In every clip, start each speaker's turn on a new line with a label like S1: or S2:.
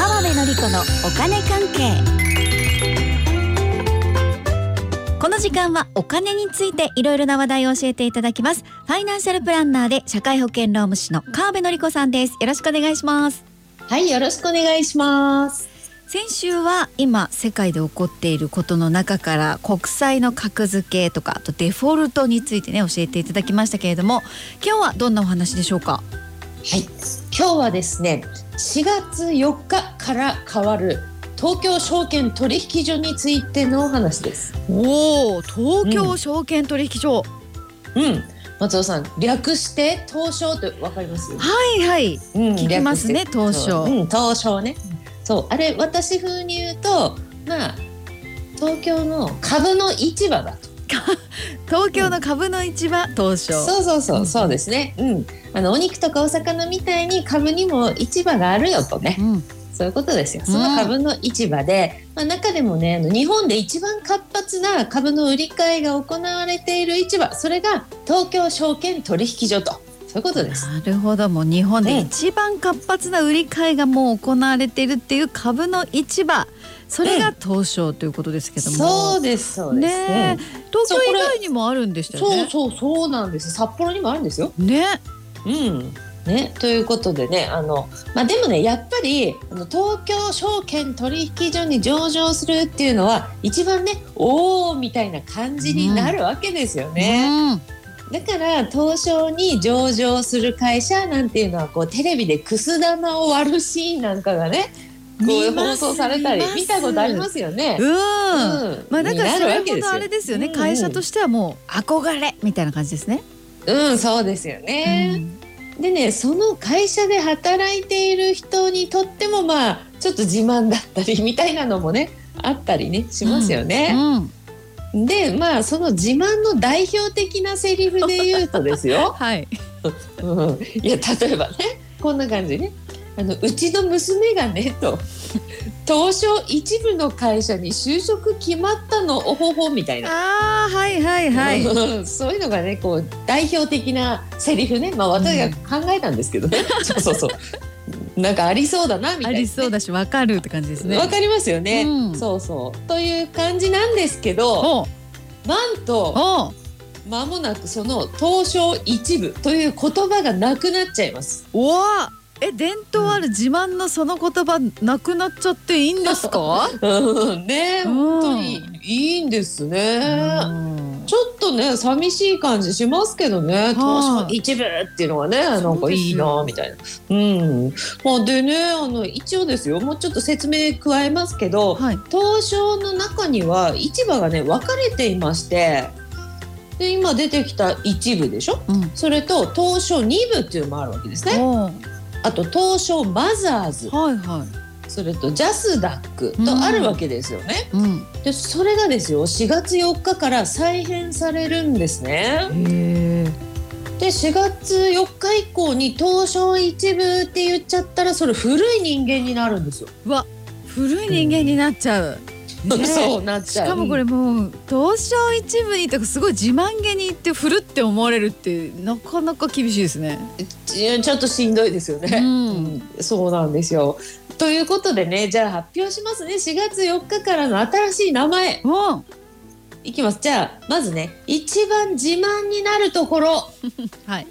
S1: 子のお金関係この時間はお金についていろいろな話題を教えていただきますファイナンシャルプランナーで社会保険労務士の川辺典子さんですよろしくお願いします
S2: はい、よろしくお願いします。
S1: 先週は今世界で起こっていることの中から国債の格付けとかあとデフォルトについてね教えていただきましたけれども今日はどんなお話でしょうか
S2: はい、今日はですね、4月4日から変わる東京証券取引所についてのお話です。
S1: おお東京証券取引所、
S2: うん、松尾さん、略して東証ってわかります？
S1: はいはい
S2: うん、
S1: 聞きますね
S2: 略して
S1: 東証
S2: うん、東証ね。そう、あれ私風に言うと、まあ東京の株の市場だと。
S1: 東京の株の市場東証
S2: そうそうそう、そうですね。うん、あのお肉とかお魚みたいに株にも市場があるよとね。
S1: うん
S2: そういうことですよ。その株の市場で、まあ、中でもね、あの日本で一番活発な株の売り買いが行われている市場、それが東京証券取引所と。そういうことです。
S1: なるほどもう日本で
S2: ね
S1: 一番活発な売り買いがもう行われているっていう株の市場それが東証ということですけど
S2: そ
S1: も、
S2: うです。そうです。
S1: ねえ東京以外にもあるんでし
S2: う
S1: た
S2: ん
S1: よ
S2: そう
S1: ね。
S2: そうそうなんです。札幌にもあるんですよ。
S1: ね
S2: うん。ね、ということでねあの、まあ、でもねやっぱりあの東京証券取引所に上場するっていうのは一番ねおおみたいな感じになるわけですよね。
S1: ね
S2: だから東証に上場する会社なんていうのはこうテレビでくす玉を割るシーンなんかがねこう放送されたり見たことありますよね。
S1: うん、
S2: うん
S1: まあだからそれ
S2: にな
S1: ほ
S2: る
S1: どあ
S2: わ
S1: れ
S2: け
S1: ですよね、
S2: うんうん
S1: 会社としてはもう憧れみたいな感じですね。
S2: ですようんそうですよね。でねその会社で働いている人にとってもまあちょっと自慢だったりみたいなのもねあったりねしますよ
S1: う
S2: ね。
S1: んうん
S2: でまあその自慢の代表的なセリフで言うとですよ。
S1: はい、
S2: うん、いや例えばねこんな感じねあのうちの娘がねと東証一部の会社に就職決まったのおほほみたいな、
S1: ああはいはい はい。
S2: うんそういうのがねこう代表的なセリフねまあ私が考えたんですけどね、そうそうそうなんかありそうだなみた
S1: あ
S2: いなね、
S1: りそうだしわかるって感じですね。
S2: わかりますよね、
S1: うん
S2: そうそうという感じなんですけど
S1: おう
S2: なんと
S1: おう
S2: 間もなくその東証一部という言葉がなくなっちゃいます。
S1: おわえ伝統ある自慢のその言葉なくなっちゃっていいんです か、
S2: うんね、
S1: うん
S2: 本当にいいんですね。
S1: うん
S2: ちょっとね寂しい感じしますけどね。東証一部っていうのがね、なんかいいなみたいな。うん。まあでね、あの一応ですよ。もうちょっと説明加えますけど、
S1: はい
S2: 東証の中には市場がね分かれていまして、で今出てきた一部でしょ。
S1: うん
S2: それと東証二部っていうのもあるわけですね。
S1: おう
S2: あと東証マザーズ、
S1: はいは
S2: それとジャスダックとあるわけですよね。
S1: い、うん、
S2: でそれがですよ4月4日から再編されるんですね
S1: へえ
S2: で4月4日以降に東証一部って言っちゃったらそれ古い人間になるんで すよ、
S1: 古い人間になっちゃう、ね
S2: そうなっち
S1: し
S2: ゃう
S1: かもこれもう東証一部にとかすごい自慢げに言って古って思われるってなかなか厳しいですね。
S2: ちちょっとしんどいですよね、
S1: うん
S2: うんそうなんですよということでねじゃあ発表しますね4月4日からの新しい名前
S1: おう
S2: いきますじゃあまずね一番自慢になるところ
S1: はい。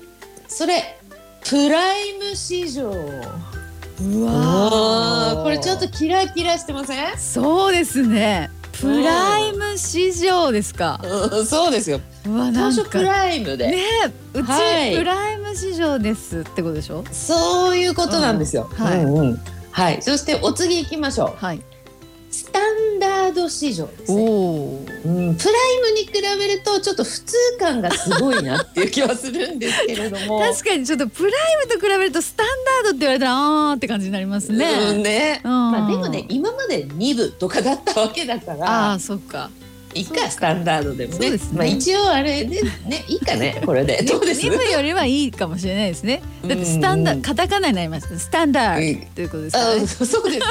S2: それプライム市場
S1: う
S2: あ
S1: ー
S2: ーこれちょっとキラキラしてません
S1: そうですね。プライム市場ですか。
S2: うんそうですよ。
S1: うわな
S2: 当
S1: ん
S2: 初
S1: か
S2: プライムで、
S1: ねえうち、
S2: はい
S1: プライム市場ですってことでしょ
S2: そういうことなんですよ。
S1: うんはい
S2: うんうんはい。そしてお次行きましょ。
S1: はいう
S2: スタンダード市場ですね、
S1: お
S2: うん。プライムに比べるとちょっと普通感がすごいなっていう気はするんですけれど も。
S1: 確かにちょっとプライムと比べるとスタンダードって言われたらあーって感じになりますね、
S2: うんね。
S1: うん
S2: まあでもね今まで2部とかだったわけだか
S1: あ
S2: ら
S1: あそっか
S2: いいかスタンダードでも
S1: そう
S2: ね
S1: ですね
S2: まあ一応あれでねいい かねこれでどうです
S1: 2部よりはいいかもしれないですねだってスタンダー
S2: うん
S1: ドカタカナになりましたスタンダー
S2: う
S1: ドということですから
S2: あ
S1: ね
S2: そうそうですね。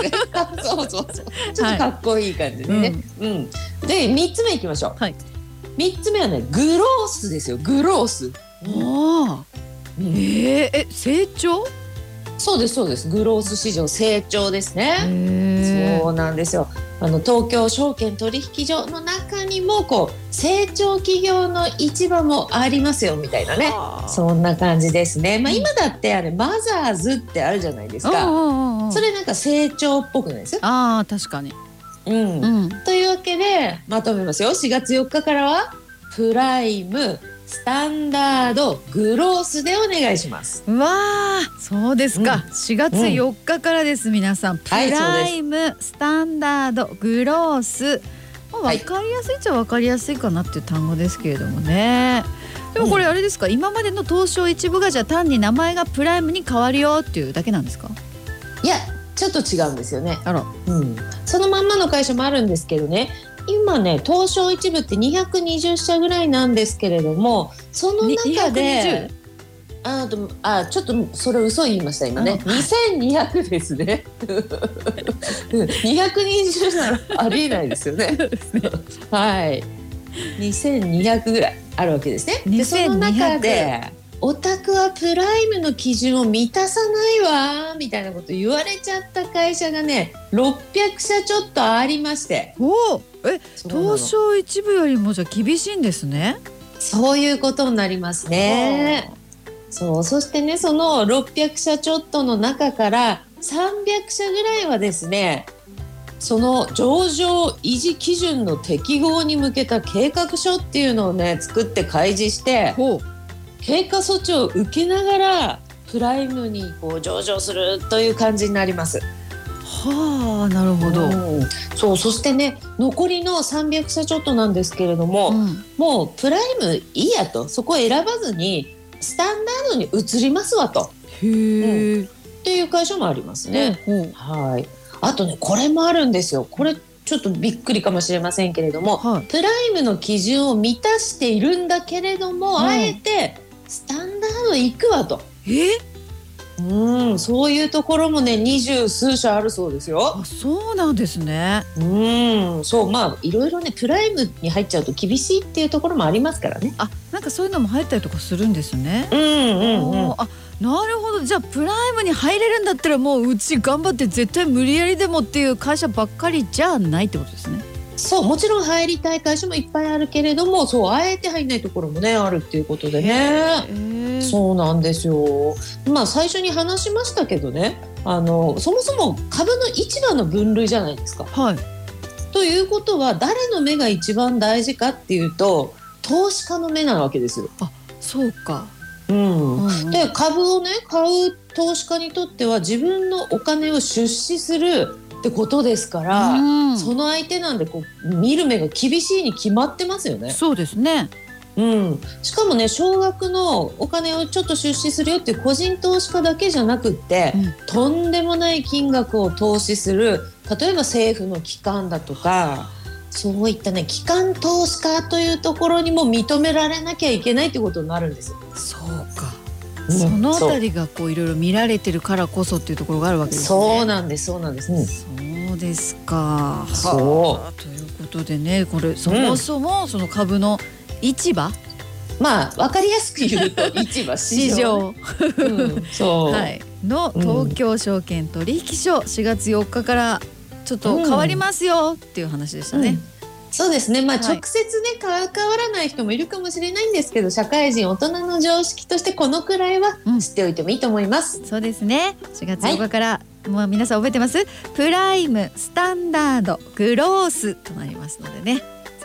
S2: そうそうそう。ちょっとかっこいい感じでね。うん。で三つ目いきましょう。
S1: はい。
S2: 三つ目はねグロースですよ。グロース。
S1: おー
S2: うん
S1: えー、え成長
S2: そうですそうですグロース市場成長ですね、
S1: へ
S2: そうなんですよあの東京証券取引所の中にもこう成長企業の市場もありますよみたいな
S1: え
S2: ねそんな感じですね、まあ、今だってあれマザーズってあるじゃないですか
S1: あ
S2: それなんか成長っぽくないですか、
S1: あー確かに、
S2: うん
S1: うん、
S2: というわけでまとめますよ4月4日からはプライムスタンダードグロースでお願いします
S1: うわあそうですか、4月4日からです、皆さんプ
S2: はいそうで
S1: ラ
S2: す
S1: イムスタンダードグロースまあ
S2: はい
S1: 分かりやすいっちゃ分かりやすいかなっていう単語ですけれどもねでもこれあれですか、今までの東証一部がじゃあ単に名前がプライムに変わるよっていうだけなんですか
S2: いやちょっと違うんですよね、
S1: あら
S2: うん、そのまんまの会社もあるんですけどね今ね東証一部って220社ぐらいなんですけれどもその
S1: に
S2: 中で
S1: 220?
S2: あでもあちょっとそれ嘘言いました今ね
S1: あ
S2: 2200ですね うん220ならありえないですよねはい。二千二百ぐらいあるわけですね。で、その中で。オタクはプライムの基準を満たさないわみたいなこと言われちゃった会社がね600社ちょっとありまして
S1: おおえ
S2: そうなの
S1: 東証一部よりもじゃあ厳しいんですね
S2: そういうことになりますねそうそしてねその600社ちょっとの中から300社ぐらいはですねその上場維持基準の適合に向けた計画書っていうのをね作って開示して
S1: ほう
S2: 経過措置を受けながらプライムにこう上場するという感じになります。
S1: はあなるほど、
S2: うんそうそしてね残りの300社ちょっとなんですけれども、
S1: うん
S2: もうプライムいいやとそこを選ばずにスタンダードに移りますわと
S1: へえ、
S2: っていう会社もありますね。
S1: ほう
S2: はいあとねこれもあるんですよこれちょっとびっくりかもしれませんけれども、
S1: はい
S2: プライムの基準を満たしているんだけれども、
S1: はい
S2: あえてスタンダード行くわと。
S1: え
S2: うん、そういうところもね、二十数社あるそうですよ。
S1: あそうなんですね
S2: うん、そう、まあ、いろいろね、プライムに入っちゃうと厳しいっていうところもありますからね。
S1: あなんかそういうのも入ったりとかするんですね
S2: うん、
S1: おーあなるほどじゃあプライムに入れるんだったらもううち頑張って絶対無理やりでもっていう会社ばっかりじゃないってことですね
S2: そう、もちろん入りたい会社もいっぱいあるけれども、そう、あえて入んないところもね、あるっていうことでね。
S1: え
S2: そうなんですよ。まあ、最初に話しましたけどね。あの、そもそも株の市場の分類じゃないですか。
S1: はい
S2: ということは、誰の目が一番大事かっていうと、投資家の目なわけですよ。
S1: そうか、
S2: うん
S1: うんうん
S2: で株をね買う投資家にとっては自分のお金を出資するってことですから、
S1: うん
S2: その相手なんでこう見る目が厳しいに決まってますよね、
S1: そうですね
S2: うん、しかもね少額のお金をちょっと出資するよっていう個人投資家だけじゃなくって、
S1: うん
S2: とんでもない金額を投資する例えば政府の機関だとかそういったね機関投資家というところにも認められなきゃいけないってことになるんですよ。
S1: そうかそのあ
S2: そう
S1: たりがこういろいろ見られてるからこそっていうところがあるわけですね
S2: そうなんです、そうなんです。
S1: そうですか。
S2: そう
S1: はあということでね、これそもそもその株の市場、
S2: まあ、わかりやすく言うと、市場市
S1: 市
S2: 場。
S1: 場、
S2: うんそう、
S1: はい、の東京証券取引所、4月4日からちょっと変わりますよっていう話でした
S2: う
S1: ね
S2: ん。そうですね、まあ、
S1: はい
S2: 直接ね、か変わらない人もいるかもしれないんですけど、社会人、大人の常識として、このくらいは
S1: うん
S2: 知っておいてもいいと思います。
S1: そうですね。4月4日から、まあ皆さん覚えてます？プライム、スタンダード、グロースとなりますのでね。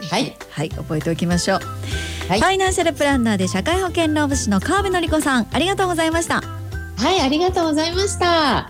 S2: はい、
S1: はい、覚えておきましょう。
S2: はい
S1: ファイナンシャルプランナーで社会保険労務士の川辺典子さん、ありがとうございました。
S2: はい、ありがとうございました。